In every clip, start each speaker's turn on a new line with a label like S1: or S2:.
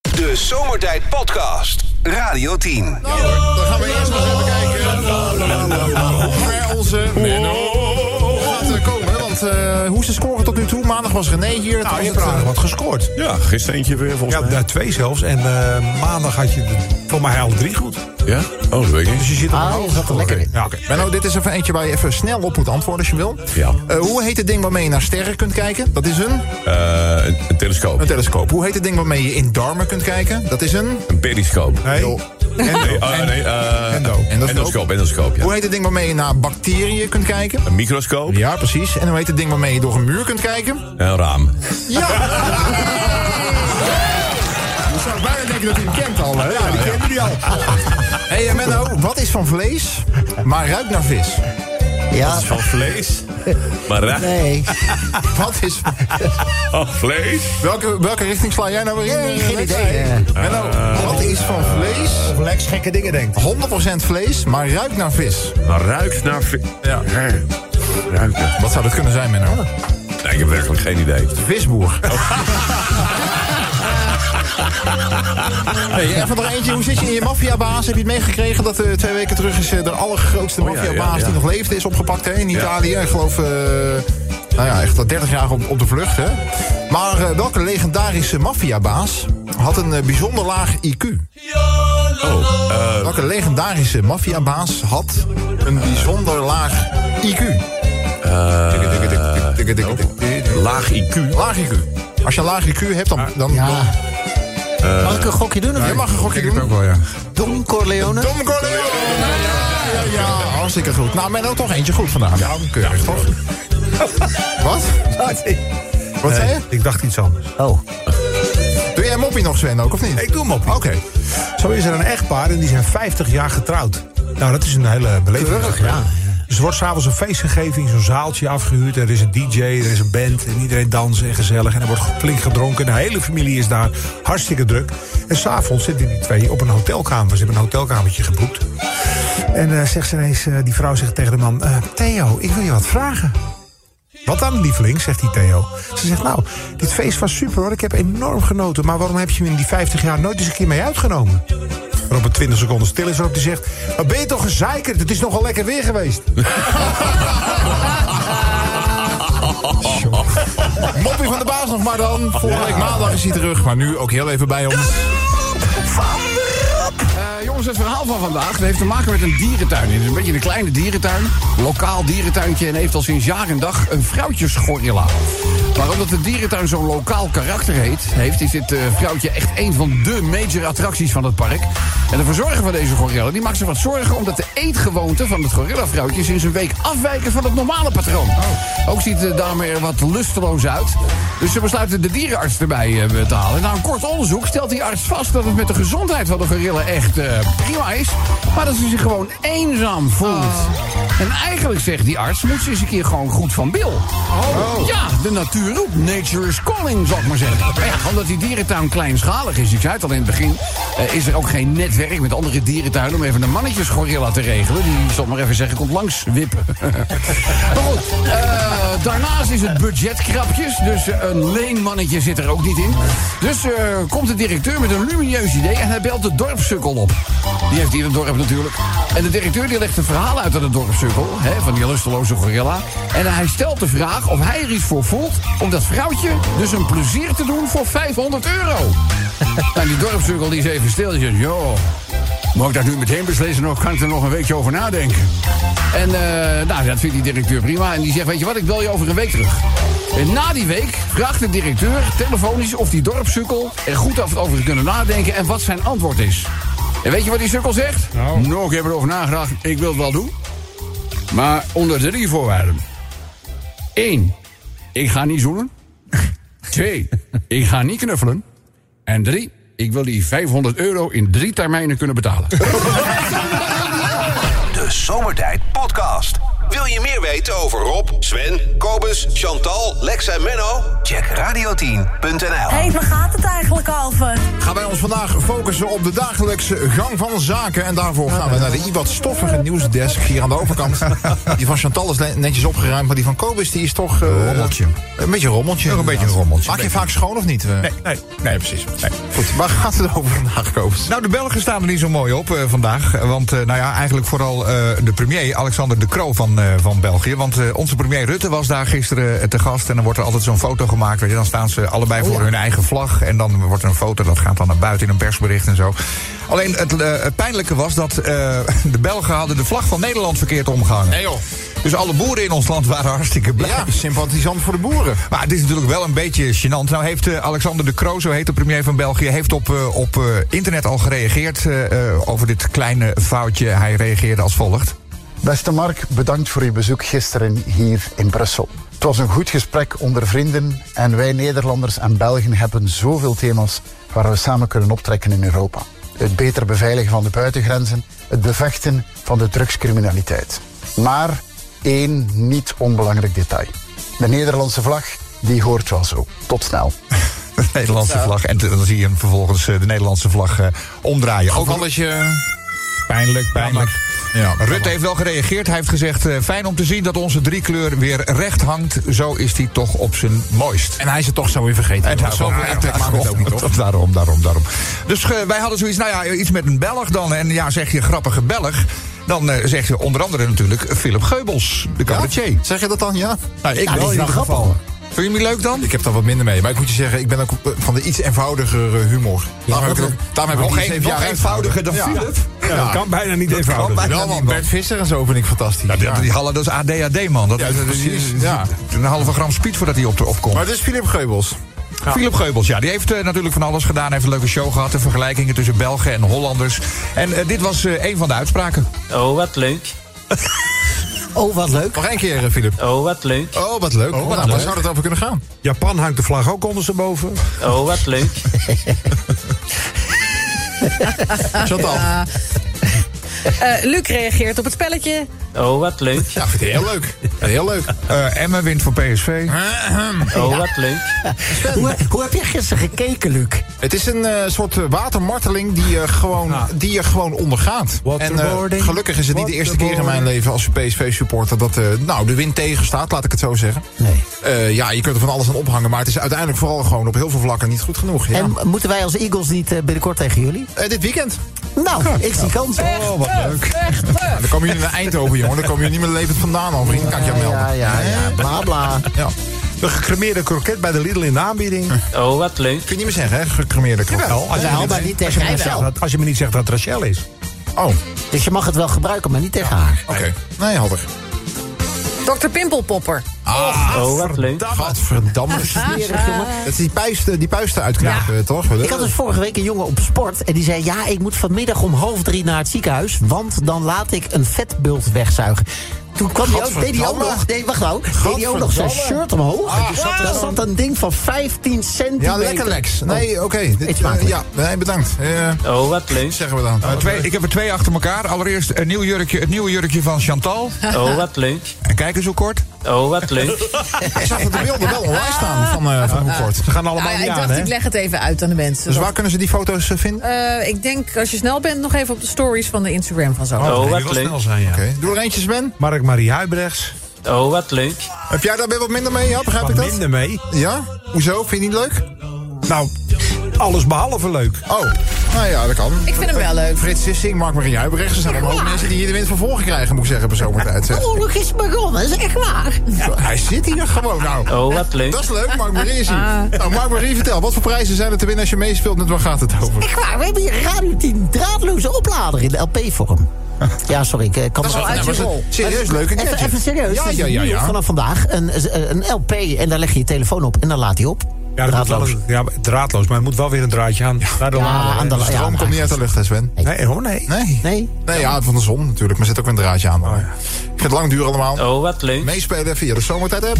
S1: De Zomertijd Podcast. Radio 10.
S2: Nou, dan gaan we eerst maar eens even kijken hoe ver onze Menno gaat eh, komen. Want eh, hoe is de score tot nu toe? Maandag was René hier.
S3: Nou,
S2: toen
S3: je
S2: was
S3: hebt er
S2: het,
S3: aardig
S2: eh,
S3: wat gescoord.
S4: Ja, gisteren eentje weer volgens
S3: Ja,
S4: mij.
S3: daar twee zelfs. En eh, maandag had je de- voor mij al drie goed.
S4: Ja? Oh, dat weet ik
S3: Dus
S4: niet.
S3: je zit er
S2: Ah,
S3: wel
S2: je zat er lekker in.
S3: Ja, oké.
S2: Menno, dit is even eentje waar je even snel op moet antwoorden als je wil.
S4: Ja.
S2: Eh, hoe heet het ding waarmee je naar sterren kunt kijken? Dat is een,
S4: Eh, een, een telescoop.
S2: een telescoop. Hoe heet het ding waarmee je in darmen kunt kijken? Dat is een...
S4: Een periscoop.
S3: Nee.
S2: Joh.
S4: Nee, oh, nee, eh,
S3: Endo.
S2: Endoscoop.
S4: Endoscoop, endoscoop, ja.
S2: Hoe heet het ding waarmee je naar bacteriën kunt kijken?
S4: Een microscoop
S2: Ja, precies. En hoe heet het ding waarmee je door een muur kunt kijken?
S4: en een raam.
S2: Ja! Je zou bijna denken dat hij hem kent al, hè? Ja, die kent hij al. Hé, hey, eh, Menno, wat is van vlees, maar ruikt naar vis?
S5: Ja,
S4: Van vlees. Maar raam.
S5: nee.
S2: Wat is...
S4: Oh, vlees.
S2: Welke, welke richting sla jij nou weer in?
S5: Nee,
S2: eh,
S5: geen
S2: Lex?
S5: idee, hè.
S2: Menno, wat is van vlees,
S3: Of Lex gekke dingen denkt.
S2: 100% vlees, maar ruikt naar vis?
S4: Maar ruikt naar vlees.
S2: Ja.
S4: Ruikt naar...
S2: Wat zou dat kunnen zijn, Menno?
S4: Nee, ik heb werkelijk geen idee.
S2: Visboer. Hey, even nog eentje. Hoe zit je in je maffiabaas? Heb je het meegekregen dat eh, twee weken terug is eh, de allergrootste
S4: Oh ja,
S2: maffiabaas
S4: ja, ja.
S2: die nog leefde is opgepakt hè, in Italië? Ik geloof, eh, nou ja, echt al 30 jaar op, op de vlucht. Hè. Maar eh, welke legendarische maffiabaas had een eh, bijzonder laag IQ?
S4: Oh, eh,
S2: Welke legendarische maffiabaas had een bijzonder laag IQ? Tikke, tikke, tikke, tikke, tikke, tikke, tikke.
S4: laag IQ.
S2: Laag IQ. Als je een laag IQ hebt, dan... dan
S5: Ja. Mag ik een gokje doen? Of
S2: Je mag een gokje doen.
S3: ook wel, ja.
S5: Don Corleone?
S2: Tom Corleone! Ja, ja, ja, hartstikke goed. Nou, Menno, toch eentje goed vandaag. Ja, keurig, toch? Wat? Wat zei je?
S3: Ik dacht iets anders.
S5: Oh,
S2: Doe jij moppie nog, Sven, ook, of niet?
S3: Ik doe hem op.
S2: Oké.
S3: Zo is er een echtpaar en die zijn 50 jaar getrouwd. Nou, dat is een hele beleving.
S2: Keurig,
S3: ja. Dus er wordt s'avonds een feest gegeven in zo'n zaaltje afgehuurd. Er is een DJ, er is een band en iedereen dansen en gezellig. En er wordt flink gedronken. De hele familie is daar. Hartstikke druk. En s'avonds zitten die twee op een hotelkamer. Ze hebben een hotelkamertje geboekt. En eh, zegt ze ineens, eh, die vrouw zegt tegen de man... eh, Theo, ik wil je wat vragen. Wat dan, lieveling, zegt die Theo. Ze zegt, nou, dit feest was super hoor. Ik heb enorm genoten. Maar waarom heb je me in die 50 jaar nooit eens een keer mee uitgenomen? Waarop het 20 seconden stil is, waarop die zegt... Maar ben je toch gezeikerd? Het is nogal lekker weer geweest.
S2: Moppie van de baas nog maar dan. Volgende week maandag is hij terug, maar nu ook heel even bij ons.
S6: Eh, jongens, het verhaal van vandaag heeft te maken met een dierentuin. Het is een beetje een kleine dierentuin, lokaal dierenttuintje... en heeft al sinds jaar en dag een vrouwtjesgorilla. Maar omdat de dierentuin zo'n lokaal karakter heet, heeft, is dit eh, vrouwtje echt een van de major attracties van het park. En de verzorger van deze gorilla die maakt zich wat zorgen... omdat de eetgewoonten van het gorillavrouwtje sinds een week afwijken van het normale patroon. Ook ziet de dame er wat lusteloos uit. Dus ze besluiten de dierenarts erbij eh, te halen. Na een kort onderzoek stelt die arts vast dat het met de gezondheid van de gorilla echt eh, prima is. Maar dat ze zich gewoon eenzaam voelt. En eigenlijk zegt die arts, moet ze eens een keer gewoon goed van bil. Ja, de natuur roept. Nature is calling, zal ik maar zeggen. Maar ja, omdat die dierentuin kleinschalig is, ik zei het al in het begin... eh, is er ook geen netwerk met andere dierentuinen... om even een mannetjesgorilla te regelen. Die, zal ik maar even zeggen, komt langs wippen. maar goed, eh, daarnaast is het budget krapjes. Dus eh, een leenmannetje zit er ook niet in. Dus eh, komt de directeur met een lumineus idee... en hij belt de dorpssukkel op. Die heeft ieder dorp natuurlijk. En de directeur die legt een verhaal uit aan de dorpssukkel... Hè, van die lusteloze gorilla. En hij stelt de vraag of hij er iets voor voelt... om dat vrouwtje dus een plezier te doen voor 500 euro. en die dorpssukkel die is even stil. Die zegt, joh... Mag ik dat nu meteen beslissen of kan ik er nog een weekje over nadenken? En eh, nou, dat vindt die directeur prima. En die zegt, weet je wat, ik bel je over een week terug. En na die week vraagt de directeur telefonisch of die dorpssukkel er goed af- over kunnen nadenken en wat zijn antwoord is. En weet je wat die sukkel zegt? Nou, ik heb erover nagedacht, ik wil het wel doen. Maar onder drie voorwaarden. Eén, ik ga niet zoenen. Twee, ik ga niet knuffelen. En drie, ik wil die 500 euro in drie termijnen kunnen betalen.
S1: De Zomertijd Podcast. Wil Wil je meer weten over Rob, Sven, Kobus, Chantal, Lex en Menno? Check radio10.nl.
S7: Hé, hey, waar gaat het eigenlijk over?
S2: Gaan wij ons vandaag focussen op de dagelijkse gang van zaken. En daarvoor gaan we naar de iwat stoffige nieuwsdesk hier aan de overkant. Die van Chantal is ne- netjes opgeruimd, maar die van Kobus die is toch... eh,
S6: Rommeltje.
S2: Een beetje rommeltje.
S6: Nog een beetje
S2: inderdaad.
S6: rommeltje.
S2: Maak je vaak schoon of niet? Eh,
S6: Nee, nee, nee, precies. Nee.
S2: Goed, waar gaat het over vandaag, Kobus?
S6: Nou, de Belgen staan er niet zo mooi op eh, vandaag. Want eh, nou ja, eigenlijk vooral eh, de premier, Alexander de Croo van, eh, van België. Want eh, onze premier Rutte was daar gisteren eh, te gast. En dan wordt er altijd zo'n foto gemaakt. Weet je, dan staan ze allebei
S2: Oh
S6: voor hun eigen vlag. En dan wordt er een foto, dat gaat dan naar buiten in een persbericht en zo. Alleen het, eh, het pijnlijke was dat eh, de Belgen hadden de vlag van Nederland verkeerd omgehangen. Dus alle boeren in ons land waren hartstikke blij.
S2: Ja, sympathisant voor de boeren.
S6: Maar het is natuurlijk wel een beetje gênant. Nou heeft eh, Alexander de Croo, zo heet de premier van België... heeft op, eh, op eh, internet al gereageerd eh, eh, over dit kleine foutje. Hij reageerde als volgt.
S8: Beste Mark, bedankt voor uw bezoek gisteren hier in Brussel. Het was een goed gesprek onder vrienden en wij Nederlanders en Belgen hebben zoveel thema's waar we samen kunnen optrekken in Europa. Het beter beveiligen van de buitengrenzen, het bevechten van de drugscriminaliteit. Maar één niet onbelangrijk detail. De Nederlandse vlag, die hoort wel zo. Tot snel.
S6: De Nederlandse vlag. En t- dan zie je hem vervolgens eh, de Nederlandse vlag eh, omdraaien. Ook al pijnlijk, pijnlijk.
S2: Ja,
S6: Rutte heeft wel gereageerd. Hij heeft gezegd, eh, fijn om te zien dat onze driekleur weer recht hangt. Zo is die toch op zijn mooist.
S2: En hij is het toch zo weer vergeten.
S6: En
S2: joh.
S6: daarom,
S2: Zoveel impact maakt het ook niet op.
S6: daarom, daarom, daarom. Dus eh, wij hadden zoiets, nou ja, iets met een Belg dan. En ja, zeg je grappige Belg. Dan eh, zeg je onder andere natuurlijk Philip Geubels, de cabaretier.
S2: Zeg je dat dan, ja?
S6: Nou, ik
S2: Ja, die
S6: wel
S2: is
S6: in
S2: wel
S6: ieder
S2: grappig.
S6: geval. Vind je hem niet leuk dan?
S2: Ik heb daar wat minder mee. Maar ik moet je zeggen, ik ben ook eh, van de iets eenvoudigere humor. daarom heb ik, het ook- daarom heb ik
S6: nog
S2: die
S6: een,
S2: zeven
S6: nog
S2: jaar
S6: eenvoudiger dan
S2: uitgehouden.
S6: Philip.
S3: Ja, dat kan bijna niet
S6: kan
S3: eenvoudig.
S6: bijna
S2: Wel,
S6: niet,
S2: man.
S6: man.
S2: Bert Visser en zo vind ik fantastisch.
S6: Ja, die,
S2: Ja.
S6: die halen dus ADHD, man. Dat
S2: Ja,
S6: is,
S2: precies, ja.
S6: Een halve gram speed voordat hij op, opkomt.
S2: Maar dit is Philip Geubels.
S6: Philip Geubels, ja, die heeft eh, natuurlijk van alles gedaan. Hij heeft een leuke show gehad. De vergelijkingen tussen Belgen en Hollanders. En eh, dit was eh, een van de uitspraken.
S9: Oh, wat leuk.
S5: Oh, wat leuk.
S2: Nog één keer, eh, Philip.
S9: Oh, wat leuk.
S2: Oh, wat leuk. nou, waar zou dat over kunnen gaan?
S3: Japan hangt de vlag ook ondersteboven.
S9: Oh, wat leuk.
S6: Ah.
S2: Chantal.
S7: Eh, Luc reageert op het spelletje.
S9: Oh, wat leuk.
S2: Ja, vind ik heel leuk. Heel leuk.
S6: Eh Emmen wint voor PSV.
S9: Oh, wat leuk.
S5: Hoe, hoe heb je gisteren gekeken, Luc?
S2: Het is een eh, soort eh, watermarteling die je gewoon,
S3: Ah.
S2: die je gewoon ondergaat. En eh,
S5: Waterboarding.
S2: gelukkig is het niet de eerste keer in mijn leven als PSV-supporter dat eh, nou, de wind tegenstaat, laat ik het zo zeggen.
S5: Nee.
S2: Eh, ja, je kunt er van alles aan ophangen, maar het is uiteindelijk vooral gewoon op heel veel vlakken niet goed genoeg. Ja.
S5: En moeten wij als Eagles niet eh, binnenkort tegen jullie?
S2: Eh, dit weekend.
S5: Nou, ik zie kans.
S6: Oh, wat leuk.
S2: Ja, dan komen jullie naar Eindhoven, jongen. Dan komen jullie niet meer levend vandaan, over. Dat kan ik je melden.
S5: Ja, ja, ja. Bla, bla.
S2: Ja.
S3: Eh, De gecremeerde kroket bij de Lidl in de aanbieding.
S9: Oh, wat leuk.
S2: Kun je niet meer zeggen, hè? Gecremeerde kroket.
S3: Jawel, als
S5: Wij
S3: je, me
S5: houden maar
S3: niet,
S5: niet tegen
S3: zegt
S5: Rachel.
S3: dat- als je me niet zegt dat het Rachel is.
S2: Oh, oké.
S5: Dus je mag het wel gebruiken, maar niet tegen haar.
S2: Nee, hadden.
S7: Dr. Pimpelpopper.
S9: Oh, wat leuk.
S2: Gadverdamme.
S5: Smerig, jongen.
S2: Dat is die puisten, die puisten uitknagen, toch?
S5: Ik had dus vorige week een jongen op sport en die zei... ja, ik moet vanmiddag om half drie naar het ziekenhuis... want dan laat ik een vetbult wegzuigen. Toen kwam hij ook, deed hij ook
S2: Gadverdamme.
S5: nog, nee, wacht nou, deed hij ook nog zijn
S2: Gadverdamme.
S5: shirt omhoog. Daar zat een ding van 15 centimeter. Oh,
S2: Ja, lekker Lex. Nee, oké. Dit,
S5: Eet smakelijk.
S2: eh, ja, nee, bedankt. Eh,
S9: Oh, wat leuk.
S2: zeggen we dan.
S6: Eh, twee, ik heb er twee achter elkaar. Allereerst een nieuw jurkje, het nieuwe jurkje van Chantal.
S9: Oh, wat leuk.
S6: En kijk eens hoe kort.
S9: Oh, wat leuk.
S2: ik zag dat de beelden wel online staan van, eh van Hoekvoort.
S3: Ze gaan allemaal
S7: Nou ja,
S3: niet
S7: ik
S3: aan,
S7: dacht,
S3: hè?
S7: ik leg het even uit aan de mensen.
S2: Dus waar kunnen ze die foto's eh, vinden?
S7: Eh, ik denk, als je snel bent, nog even op de stories van de Instagram van zo.
S9: Oh,
S3: Die
S9: wat
S3: wil
S9: leuk.
S3: snel zijn, ja.
S2: Oké, Doe er eentje, Sven.
S3: Mark Marie Huibrechts.
S9: Oh, wat leuk.
S2: Heb jij daar weer wat minder mee? Ja, begrijp
S3: Wat
S2: ik dat?
S3: minder mee.
S2: Ja? Hoezo? Vind je niet leuk?
S3: Nou, alles behalve leuk.
S2: Oh, nou ja, dat kan.
S7: Ik vind hem wel leuk.
S2: Frits Sissing, Mark Marie Huibrechts. Er zijn allemaal ook mensen die hier de wind van voor krijgen, moet ik zeggen, per zomertijd. hè.
S5: Oorlog is begonnen, is echt waar.
S2: Hij zit hier gewoon, nou.
S9: Oh, wat leuk.
S2: Dat is leuk, Mark Marie is hier. Nou, Mark Marie, vertel, wat voor prijzen zijn er te winnen als je meespeelt? Met waar gaat het over?
S5: Echt waar, Ah, we hebben hier Radio 10 draadloze oplader in de LP-vorm. Ja, sorry, ik eh, kan
S2: Dat is
S5: er-
S2: wel- nou, maar
S5: Even-
S2: is het serieus leuk, een
S5: Even,
S2: gadget.
S5: even serieus,
S2: Ja,
S5: dat is
S2: ja, ja,
S5: nieuw
S2: ja.
S5: vanaf vandaag een, eh, een LP en daar leg je je telefoon op en dan laat hij op.
S3: Ja, dat moet wel
S5: Draadloos.
S3: een- ja, draadloos, maar het moet wel weer een draadje aan. Naar de
S5: Ja,
S3: lader, hè.
S5: aan de
S2: De
S5: la- ja,
S2: eh, stroom
S5: maar-
S2: komt niet uit de lucht, hè, Swen?
S3: Nee, oh nee.
S2: Nee.
S5: Nee?
S2: Nee, ja, van de zon natuurlijk. Maar zit ook een draadje aan. Ik vind het lang duren allemaal.
S9: Oh, wat leuk.
S2: Meespelen via de Zomertijd-app.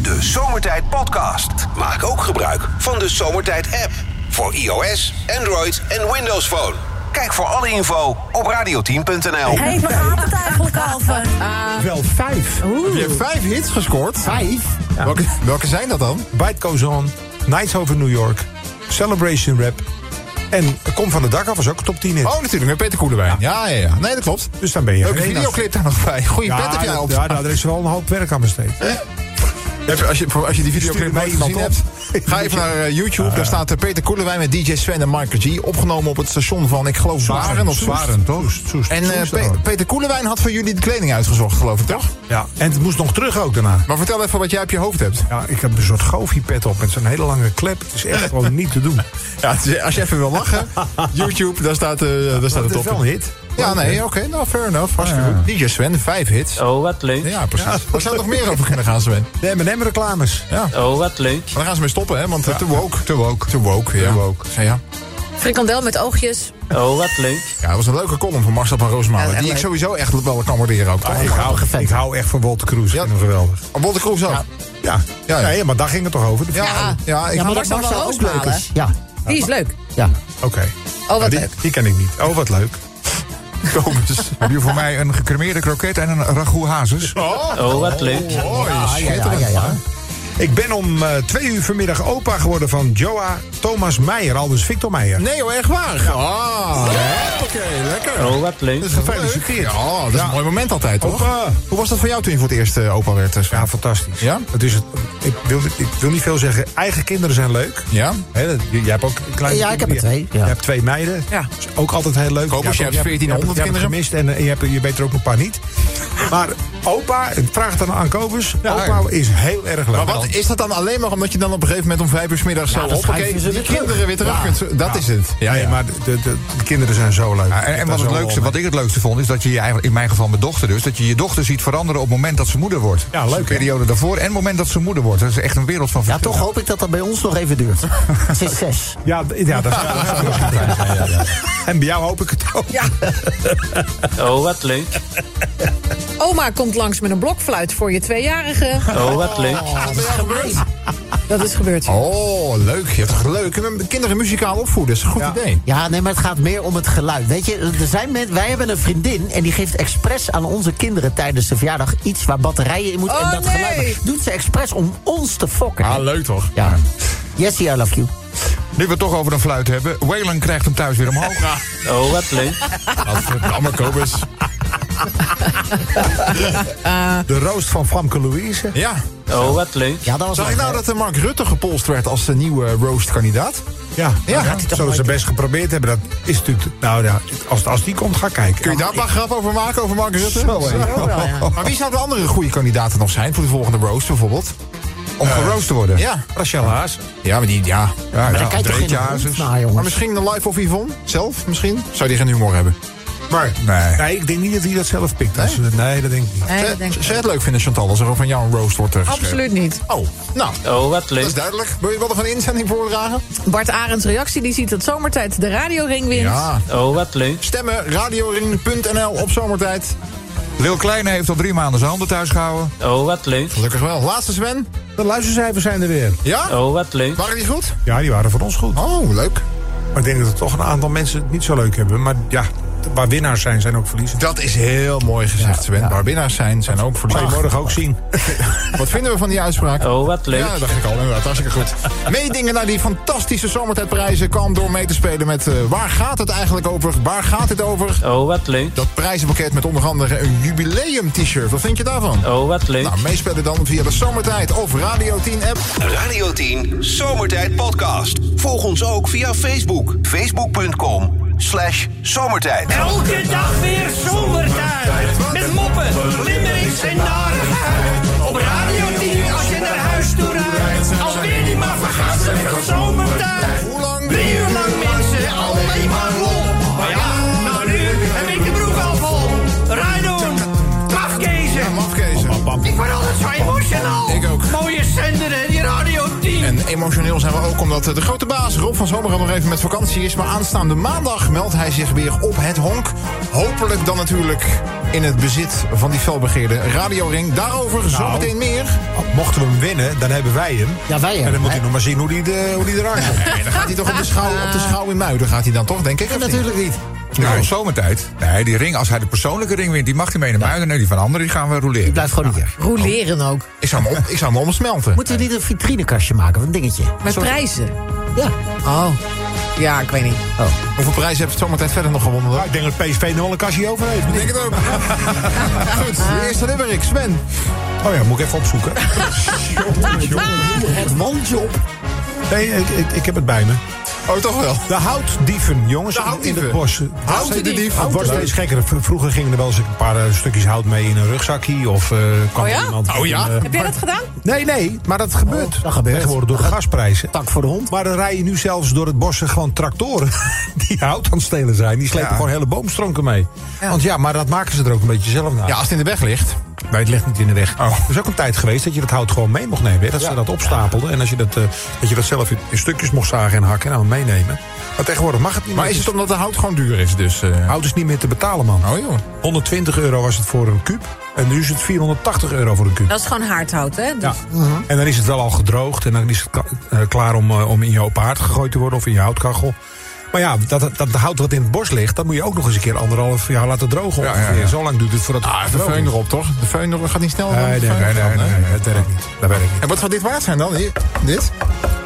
S1: De Zomertijd Podcast. Maak ook gebruik van de Zomertijd app. Voor iOS, Android en Windows Phone. Kijk voor alle info op radio10.nl.
S7: Hé, hey, waar gaat het eigenlijk
S10: kalver.
S8: Wel vijf.
S10: Oeh.
S8: Je hebt vijf hits gescoord. Vijf? Welke, welke zijn dat dan?
S2: Bite Goes On, Nights Over New York, Celebration Rap. En Kom van de Dak af was ook een top 10 hit.
S8: Oh, natuurlijk, met Peter Koelewijn. Ja, ja, ja. Nee, dat klopt.
S2: Dus dan ben je...
S8: Leuke
S2: geen
S8: videoclip daar nog bij. Goeie pet heb jij
S2: dat-
S8: op.
S2: Ja, nou, er is wel een hoop werk aan besteed.
S8: Heb je- Als je, als je die
S2: Stuur
S8: videoclip
S2: mij
S8: nooit
S2: iemand
S8: gezien hebt, ga even naar eh, YouTube. Daar staat eh, Peter Koelewijn met DJ Sven en Mark G. Opgenomen op het station van, ik geloof, Waren of Soest.
S11: Zwaren, toch?
S8: En eh,
S2: Soest
S8: Pe-
S2: ook.
S8: Peter Koelewijn had voor jullie de kleding uitgezocht, geloof ik, toch?
S2: Ja, en het moest nog terug ook daarna.
S8: Maar vertel even wat jij op je hoofd hebt.
S2: Ja, ik heb een soort goofy-pet op met zo'n hele lange klep. Het is echt gewoon niet te doen.
S8: Ja, het is- als je even wil lachen, YouTube, daar staat, eh, daar staat
S2: Dat
S8: het
S2: is
S8: op.
S2: wel een hit.
S8: Ja, nee, oké, nou, fair enough. Hartstikke goed. DJ Sven, vijf hits.
S9: Oh, wat leuk.
S8: Ja, precies. Waar zou nog meer over kunnen gaan, Sven? Maar
S2: De M&M-reclames. Ja.
S9: Oh, wat leuk.
S8: daar gaan ze mee stoppen, hè? Want eh, te woke. Te woke. Te woke, ja. Ja, ja.
S7: Frikandel met oogjes.
S9: Oh, wat leuk.
S8: Ja, dat was een leuke column van Marcel van
S7: Ja,
S8: Roosmalen.
S7: echt
S8: die ik
S7: leuk.
S8: sowieso echt wel kan waarderen ook. toch?
S2: Ah, ik,
S8: Ja.
S2: hou, ik hou echt van Walter Cruz. Ja.
S8: Ja.
S2: vind hem geweldig.
S8: Wolter Kroes ook. Ja,
S2: Ja.
S8: Ja,
S2: Ja,
S8: ja.
S2: maar daar ging het toch over?
S8: ja,
S7: Ja.
S8: ik
S5: Ja, maar
S7: maar
S5: dat
S7: Marcel
S5: Marcel
S7: van
S5: ook leuk
S7: Roosmalen.
S5: is. Ja,
S7: Die is leuk.
S5: ja.
S2: Oké.
S7: Oh,
S2: Nou,
S7: wat
S2: die,
S7: leuk.
S2: die ken ik niet. Oh, wat leuk.
S8: Kobus.
S11: Heb je voor mij een gecremeerde kroket en een ragout hazes?
S9: Oh, wat leuk.
S8: Mooi,
S5: Ah, ja, ja,
S8: schitterend.
S5: ja, ja.
S2: Ik ben om eh, twee uur vanmiddag opa geworden van Joa Thomas Meijer. Al dus Victor Meijer.
S8: Nee hoor, echt waar. Ah, hè? oké, lekker.
S9: Oh, wat leuk.
S8: Dat is gefeliciteerd. Ja, dat is een mooi moment altijd, toch?
S2: Opa.
S8: Hoe was dat voor jou toen je voor het eerst eh, opa werd? eh, Sven?
S2: Ja, fantastisch.
S8: Ja?
S2: Het is, het- ik, wil, ik wil niet veel zeggen. Eigen kinderen zijn leuk.
S8: Ja?
S2: Hè, dat- jij hebt ook kleine
S5: Ja, ik heb er
S2: kinderen.
S5: twee, ja.
S2: Je hebt twee meiden.
S8: Ja.
S2: Is ook altijd heel leuk.
S8: Kobus,
S2: Ja,
S8: je hebt
S2: je
S8: 1400
S2: je hebt het
S8: kinderen.
S2: gemist en eh, je, hebt, er- je weet er ook een paar niet. Maar opa, ik vraag het dan aan Kobus. opa is heel erg leuk.
S8: Maar wat, is dat dan alleen maar omdat je dan op een gegeven moment om vijf uur 's middags zo
S5: dan
S8: hoppakee,
S5: schuiven ze
S8: die
S5: weer terug.
S8: kinderen weer terug kunt... Dat is het.
S2: Ja, nee, maar de, de, de kinderen zijn zo leuk.
S11: Ja, en en wat, het leukste, wat ik het leukste vond, is dat je je eigenlijk, in mijn geval mijn dochter dus, dat je je dochter ziet veranderen op het moment dat ze moeder wordt.
S2: Ja, leuk,
S11: Dus De periode daarvoor en het moment dat ze moeder wordt. Dat is echt een wereld van
S5: Ja,
S11: verschil.
S5: toch hoop ik dat dat bij ons nog even duurt. Het is zes.
S2: Ja, d- ja, dat zou dat zou wel goed zijn. Ja, ja, ja. En bij jou hoop ik het ook.
S9: Oh, wat leuk.
S7: Oma komt langs met een blokfluit voor je tweejarige.
S9: Oh, wat leuk.
S7: Dat is gebeurd.
S8: Oh, leuk. Je hebt toch leuk. Kinderen muzikaal opvoeden, dat is een goed idee.
S5: Ja, nee, maar het gaat meer om het geluid. Weet je, er zijn men, wij hebben een vriendin en die geeft expres aan onze kinderen tijdens de verjaardag iets waar batterijen in moeten.
S7: Oh,
S5: en dat
S7: nee.
S5: geluid doet ze expres om ons te fokken.
S8: Ah, leuk toch?
S5: Ja. Jessie, I love you.
S11: Nu we het toch over een fluit hebben. Waylon krijgt hem thuis weer omhoog.
S9: Oh, wat leuk.
S8: Ammer Kobus.
S2: De roost van Famke Louise.
S8: Ja.
S9: Oh, wat leuk.
S5: Ja, dat was
S8: Zag ik
S5: leuk,
S8: nou
S5: hè?
S8: dat eh, Mark Rutte gepolst werd als de nieuwe roast-kandidaat?
S2: Ja,
S8: Ja.
S2: ja. zullen ze best geprobeerd hebben. Dat is natuurlijk... Nou ja, als, als die komt, ga kijken.
S8: Kun je daar een paar grap over maken, over Mark Rutte?
S2: Zo, hé.
S5: Zo wel, ja.
S8: Maar wie zou de andere goede kandidaten nog zijn voor de volgende roast bijvoorbeeld?
S11: Om geroost te worden.
S8: Eh, Ja.
S2: Rachel Haas.
S8: Ja, maar die, ja.
S11: Ja, ja,
S5: Daar kijk toch
S11: Dreetje
S5: geen hond nou,
S11: Hazes.
S5: naar,
S8: Maar
S5: jongens.
S8: misschien de Life of Yvonne zelf, misschien? Zou die geen humor hebben?
S2: Maar
S11: Nee.
S2: nee, ik denk niet dat hij dat zelf pikt. Als- Nee, dat denk ik niet.
S7: Nee,
S8: Zou
S7: dat denk ik.
S8: zou je het leuk vinden, Chantal, als er over jou een roast wordt eh, geschreven?
S7: Absoluut niet.
S8: Oh, nou,
S9: Oh, wat
S8: dat is
S9: leuk.
S8: duidelijk. Wil je wel nog een inzending voordragen?
S7: Bart Arends reactie, die ziet dat zomertijd de radioring wint.
S8: Ja.
S9: Oh, wat leuk.
S8: Stemmen, radioring.nl op zomertijd.
S11: Lil Kleine heeft al drie maanden zijn handen thuis gehouden.
S9: Oh, wat leuk.
S8: Gelukkig wel. Laatste Sven.
S2: De luistercijfers zijn er weer.
S8: Ja?
S9: Oh, wat leuk.
S8: Waren die goed?
S2: Ja, die waren voor ons goed.
S8: Oh, leuk.
S2: Maar ik denk dat er toch een aantal mensen het niet zo leuk hebben. Maar ja, waar winnaars zijn, zijn ook verliezers.
S8: Dat is heel mooi gezegd, Sven. Waar winnaars zijn, zijn ook voor
S2: Dat zal je morgen ook zien.
S8: Wat vinden we van die uitspraak?
S9: Oh, wat leuk.
S8: Ja, dat dacht ik al. Inderdaad, hartstikke goed. Meedingen naar die fantastische zomertijdprijzen kwam door mee te spelen met... eh, waar gaat het eigenlijk over? Waar gaat het over?
S9: Oh, wat leuk.
S8: Dat prijzenpakket met onder andere een jubileum-t-shirt. Wat vind je daarvan?
S9: Oh, wat leuk.
S8: Nou, meespelen dan via de Zomertijd of Radio 10-app.
S1: Radio 10 Zomertijd Podcast. Volg ons ook via Facebook. Facebook.com slash zomertijd.
S3: Elke dag weer zomertijd. Met moppen, limmerings en narigheid. Op Radio 10 als je naar huis toe rijdt. Alweer die maar vergassen van zomertijd.
S8: Hoe lang?
S3: Drie uur lang mensen, alleen maar lol. Maar ja, nou nu heb ik de broek al vol. Rijdon, mafkezen.
S8: Mafkezen.
S3: Ik word altijd zo emotional.
S8: Ik ook.
S3: Mooie zender en die Radio 10.
S8: En emotioneel zijn we ook omdat eh, de grote baas Rob van Zomeren nog even met vakantie is. Maar aanstaande maandag meldt hij zich weer op het honk. Hopelijk dan natuurlijk in het bezit van die felbegeerde radioring. Daarover zometeen meer.
S2: Oh, Mochten we hem winnen, dan hebben wij hem.
S5: Ja, wij
S2: En
S5: hebben
S2: dan moet
S5: hem,
S2: hij nog maar zien hoe hij, de, hoe hij eruit komt.
S8: En Nou, dan gaat hij toch op de schouw, op de schouw in Muiden gaat hij dan toch, denk ik?
S5: Nee,
S8: of niet?
S5: natuurlijk niet.
S2: Oh,
S11: Ja, op zomertijd. Nee, die ring, als hij de persoonlijke ring wint, die mag hij mee naar buiten. Nee, die van anderen die gaan we roleren.
S5: Die blijft gewoon hier.
S7: Rouleren ook.
S8: Ik zou hem, op, ik zou hem omsmelten.
S5: Moeten we niet een vitrinekastje maken of een dingetje?
S7: Met prijzen.
S5: Ja.
S7: Oh. Ja, ik weet niet.
S8: Hoeveel prijzen hebben ze zomertijd verder nog gewonnen?
S2: Ja, ik denk dat PSV nog wel een kastje over heeft.
S8: Ik denk het ook. Goed, de eerste limerick. Sven.
S2: Oh ja, moet ik even opzoeken. Jongens, jongens.
S5: Het wandje op.
S2: nee, ik, ik, ik heb het bij me.
S8: Oh, toch wel.
S2: De houtdieven, jongens,
S8: De
S2: in- in
S8: houtdieven.
S2: het bos.
S8: Houten dief.
S2: Het
S8: Houten
S2: wordt
S8: dief.
S2: steeds gekker. V- Vroeger gingen er wel eens een paar eh, stukjes hout mee in een rugzakje. Of eh kwam
S7: Oh ja?
S2: er iemand...
S8: Oh ja?
S2: eh,
S7: Heb jij dat gedaan?
S2: nee, nee, maar dat gebeurt.
S8: Oh,
S5: dat gebeurt.
S2: Tegenwoordig door de gasprijzen.
S5: Tak voor de hond.
S2: Maar er rijden nu zelfs door het bos gewoon tractoren die hout aan het stelen zijn. Die slepen
S11: Ja.
S2: gewoon hele boomstronken mee. Want ja, maar dat maken ze er ook een beetje zelf naar.
S8: Ja, als het in de weg ligt. Oh.
S2: Nee, het ligt niet in de weg. Er is ook een tijd geweest dat je dat hout gewoon mee mocht nemen. hè. Dat ze dat opstapelden. En als je dat, eh, dat je dat zelf in, in stukjes mocht zagen en hakken en dan meenemen. Maar tegenwoordig mag het niet
S8: Maar
S2: meer.
S8: is het omdat de hout gewoon duur is? Dus, eh,
S2: Hout is niet meer te betalen, man.
S8: Oh joh.
S2: 120 euro was het voor een kuub. En nu is het 480 euro voor een kuub.
S7: Dat is gewoon haardhout, hè? Dus-
S2: Ja. En dan is het wel al gedroogd. En dan is het ka- eh, klaar om, eh, om in je open haard gegooid te worden of in je houtkachel. Maar ja, dat, dat, dat hout wat in het bos ligt, dat moet je ook nog eens een keer anderhalf jaar laten drogen.
S11: Ja, ja, ja.
S2: ongeveer. Zo lang duurt het voordat het
S8: Ah, de
S2: gedroogd
S8: feun
S2: is.
S8: erop, toch? De feun erop gaat niet snel. dan
S2: Nee,
S8: de
S2: nee,
S8: föhn
S2: nee, nee,
S8: ervan, hè?
S2: nee, nee, dat werkt niet. Dat werkt niet.
S8: En wat zou dit waard zijn dan? Hier, dit?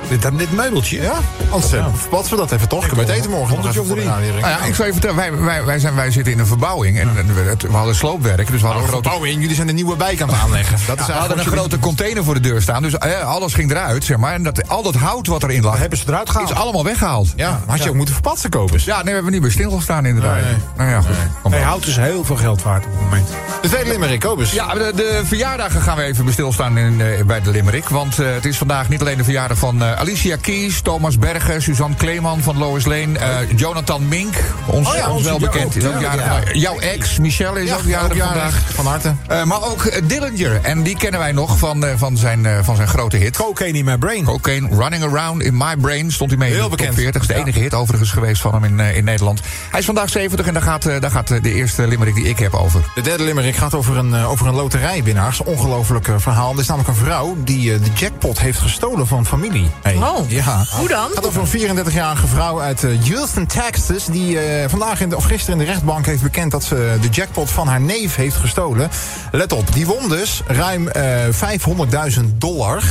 S2: Dit, dat- dit meubeltje?
S8: Ja? Anders eh, verpatsen we dat even, toch? Kunnen we het eten morgen nog
S2: Honderdje
S8: even
S2: of
S8: voor de
S2: drie.
S8: radioring.
S11: Nou ja, ik zal je vertellen, wij, wij, wij, zijn, wij zitten in een verbouwing. En, en we, het- we hadden sloopwerk, dus we hadden,
S8: Nou,
S11: een grote,
S8: verbouwing, jullie zijn de nieuwe wijk aan het aanleggen. Dat is
S11: we hadden een
S8: eigenlijk wat
S11: grote container voor de deur staan. Dus eh, alles ging eruit, zeg maar. En dat, al dat hout wat erin lag,
S2: Hebben ze eruit
S11: is
S2: gehaald?
S11: allemaal weggehaald.
S8: jullie- Ja, had je ook moeten verpatsen, kopers.
S11: Ja, nee, we hebben niet meer stilgestaan inderdaad.
S8: Nee.
S11: Nou ja, goed. Kom
S2: Nee,
S11: maar.
S2: hout is heel veel geld waard op het moment.
S8: De tweede limerick, kopers.
S11: Ja, de, de verjaardagen gaan we even bestilstaan in, eh, bij de Limerick. Want eh, het is vandaag niet alleen de verjaardag van eh, Alicia Keys, Thomas Berger, Suzanne Kleeman van Lois Lane, eh, Jonathan Mink, ons,
S8: Oh
S2: ja,
S11: ons
S2: onze
S11: wel
S2: Jo-
S11: bekend, is ook
S2: tuurlijk,
S11: jarig. vandaag. Jouw ex, Michelle, is
S8: Ja,
S11: ook jarig
S8: ook jarig.
S11: vandaag.
S8: Van harte.
S11: Eh, maar ook eh, Dillinger, en die kennen wij nog van, eh, van, zijn, eh, van zijn grote hit.
S2: Cocaine in my brain.
S11: Cocaine Running Around in My Brain stond hij mee
S8: Heel
S11: in de top
S8: bekend.
S11: 40. Is de enige hit overigens geweest van hem in, eh, in Nederland. Hij is vandaag 70 en daar gaat, eh, daar gaat eh, de eerste Limerick die ik heb over.
S8: De derde limerick gaat over een, eh, over een loterijwinnaars. Ongelooflijk eh, verhaal. Er is namelijk een vrouw die eh, de jackpot heeft gestolen van familie. Hey.
S7: Oh.
S8: Ja.
S7: Hoe dan?
S8: Het gaat over een 34-jarige vrouw uit eh, Houston, Texas... die eh, vandaag in de, of gisteren in de rechtbank heeft bekend... dat ze eh, de jackpot van haar neef heeft gestolen. Let op, die won dus ruim eh, 500.000 dollar.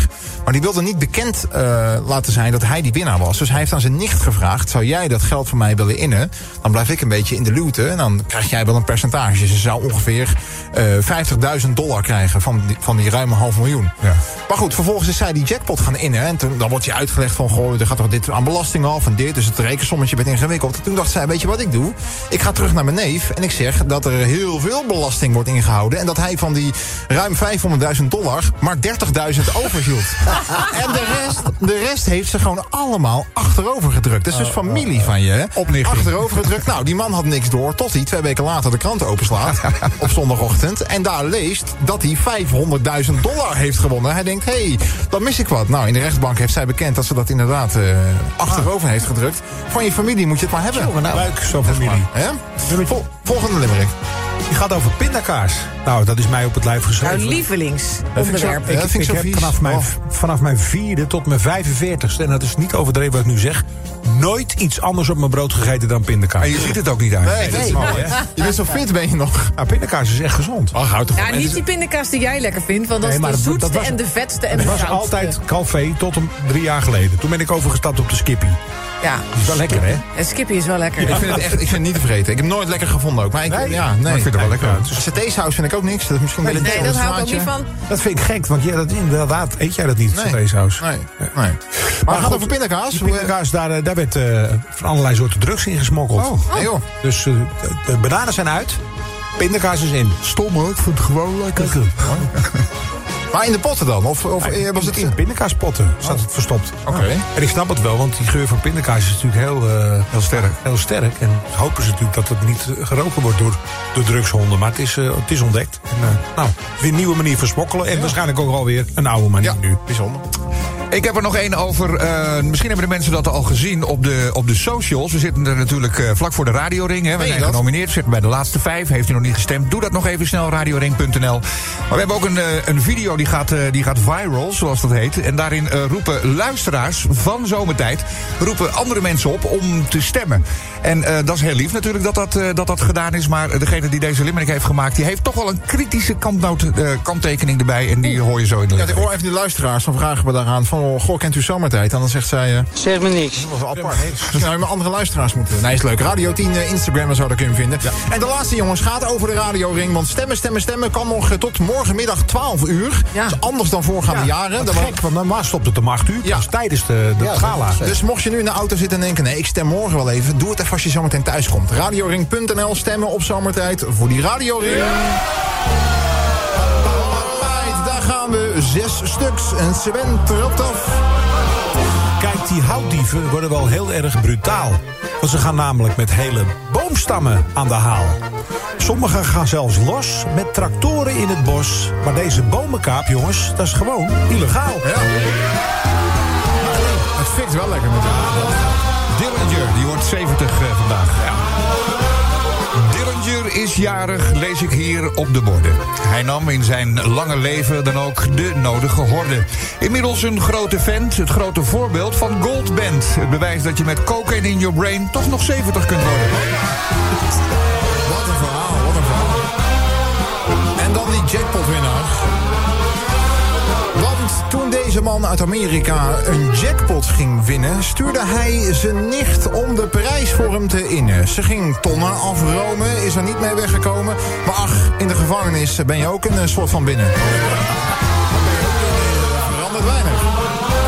S8: Maar die wilde niet bekend eh, laten zijn dat hij die winnaar was. Dus hij heeft aan zijn nicht gevraagd... zou jij dat geld van mij willen innen? Dan blijf ik een beetje in de luwte en dan krijg jij wel een percentage. Ze zou ongeveer eh, 50.000 dollar krijgen van die, van die ruime half miljoen.
S11: Ja.
S8: Maar goed, vervolgens is zij die jackpot gaan innen. En toen, dan wordt je uitgelegd van, goh, er gaat toch dit aan belasting af en dit. Dus het rekensommetje werd ingewikkeld. En toen dacht zij, weet je wat ik doe? Ik ga terug naar mijn neef en ik zeg dat er heel veel belasting wordt ingehouden. En dat hij van die ruim 500.000 dollar maar 30.000 overhield. en de rest, de rest heeft ze gewoon allemaal achterover gedrukt. Dat is dus familie van je. hè?
S11: Oplichting.
S8: Achterover gedrukt. Nou, die man had niks door tot hij twee weken later de krant openslaat. op zondagochtend. En daar leest dat hij 500.000 dollar heeft gewonnen. Hij denkt, hé, hey, dan mis ik wat. Nou, in de rechtbank heeft zij bekend dat ze dat inderdaad eh, achterover heeft gedrukt. Van je familie moet je het maar hebben.
S2: Leuk, zo'n
S11: Nou,
S2: familie.
S8: Hè? Vol- volgende limerick.
S2: Die gaat over pindakaas. Nou, dat is mij op het lijf
S7: Jouw
S2: geschreven.
S7: lievelingsonderwerp.
S8: Ja, dat
S2: ik,
S8: vind ik
S2: ik
S8: zo
S2: heb
S8: vies.
S2: vanaf mijn,
S8: Oh.
S2: vanaf mijn vierde tot mijn 45ste, en dat is niet overdreven wat ik nu zeg, nooit iets anders op mijn brood gegeten dan pindakaas.
S11: En je ziet het ook niet uit.
S8: Nee, dat is mooi, hè? Je bent zo fit, ben je nog.
S2: Nou, pindakaas is echt gezond.
S8: Ach, houd toch
S7: Ja,
S8: op.
S7: niet die pindakaas die jij lekker vindt, want dat
S2: Nee,
S7: is
S2: maar
S7: de
S2: dat-
S7: zoetste
S2: dat was-
S7: en de vetste en de
S2: Het was
S7: zoutste.
S2: altijd café tot om drie jaar geleden. Toen ben ik overgestapt op de Skippy.
S7: Ja,
S2: Die is wel lekker, hè?
S7: en Skippy is wel lekker.
S8: Ik vind het echt ik vind het niet te vreten. Ik heb het nooit lekker gevonden ook. Maar ik,
S2: Nee?
S8: ja, nee.
S2: Maar ik vind het wel lekker.
S8: saus vind ik ook niks. Dat is misschien wel een
S7: Nee,
S8: beetje
S7: dat
S8: een
S7: hou ik ook
S8: smaakje.
S7: niet van.
S2: Dat vind ik gek, want ja, dat, inderdaad eet jij dat niet,
S8: Nee.
S2: satésaus.
S8: Nee, nee. Maar, het gaat
S2: goed,
S8: over pindakaas.
S2: Die pindakaas, daar, eh, daar werd eh, van allerlei soorten drugs in gesmokkeld.
S8: Oh, nee joh.
S2: Dus eh, de- de bananen zijn uit, pindakaas is in.
S11: Stom hoor, ik vind het gewoon lekker.
S8: Maar Ah, in de potten dan? Of, of
S2: Ah,
S8: eh, Oh, was het in?
S2: pindakaaspotten? Zat het verstopt.
S8: Oké.
S2: En ik snap het wel, want die geur van pindakaas is natuurlijk heel, eh,
S11: Heel sterk.
S2: heel sterk. En hopen ze natuurlijk dat het niet eh, geroken wordt door de drugshonden. Maar het is, eh, het is ontdekt. En, eh, nou, weer een nieuwe manier van smokkelen. En waarschijnlijk ook alweer een oude manier
S8: Ja,
S2: nu.
S8: bijzonder.
S2: Ik heb er nog één over. eh, misschien hebben de mensen dat al gezien op de, op de socials. We zitten er natuurlijk eh, vlak voor de radioring. Hè. We
S8: je
S2: zijn
S8: dat?
S2: genomineerd. We zitten bij de laatste vijf. Heeft u nog niet gestemd? Doe dat nog even snel. Radioring.nl. Maar we hebben ook een, eh, een video die gaat, eh, die gaat viral, zoals dat heet. En daarin eh, roepen luisteraars van zomertijd... roepen andere mensen op om te stemmen. En eh, dat is heel lief natuurlijk dat dat, eh, dat dat gedaan is. Maar degene die deze limerick heeft gemaakt... die heeft toch wel een kritische kantnoot, eh, kanttekening erbij. En die hoor je zo in de
S8: Ja, ik
S2: limerick.
S8: hoor even die luisteraars, dan vragen we daaraan van... oh, goh, kent u zomertijd? En dan zegt zij, eh,
S9: Zeg me niks.
S8: dat was wel apart. Misschien zou je maar andere luisteraars moeten... Nee, is leuk. Radio 10, eh, Instagram en zo, dat kun je hem vinden. En de laatste, jongens, gaat over de radioring. Want stemmen, stemmen, stemmen kan nog eh, tot morgenmiddag 12 uur.
S7: Ja.
S8: Dat is anders dan voorgaande jaren.
S12: Wat
S8: Dat
S12: gek, want normaal stopt het om 8 uur.
S8: Ja.
S12: pas tijdens de, de gala.
S8: wa- Dus mocht je nu in de auto zitten en denken... nee, ik stem morgen wel even. Doe het even als je zometeen thuis komt. Radioring.nl, stemmen op zomertijd voor die radioring. Right, Daar gaan we. Zes stuks. En Sven trapt af.
S12: Kijk, die houtdieven worden wel heel erg brutaal. Want ze gaan namelijk met hele boomstammen aan de haal. Sommigen gaan zelfs los met tractoren in het bos. Maar deze bomenkaap, jongens, dat is gewoon illegaal.
S2: eh,
S8: Het fikt wel lekker met
S2: Dillinger, die wordt 70 eh, vandaag. Ja. Dillinger is jarig, lees ik hier op de borden. Hij nam in zijn lange leven dan ook de nodige horde. Inmiddels een grote vent, het grote voorbeeld van Goldband. Het bewijs dat je met cocaine in your brain toch nog 70 kunt worden.
S8: Wat een verhaal, wat een verhaal. En dan die jackpotwinnaar. Want toen deze man uit Amerika een jackpot ging winnen, stuurde hij zijn nicht om de prijs voor hem te innen. Ze ging tonnen afromen, is er niet mee weggekomen. Maar ach, in de gevangenis ben je ook een eh, soort van binnen. Verandert weinig.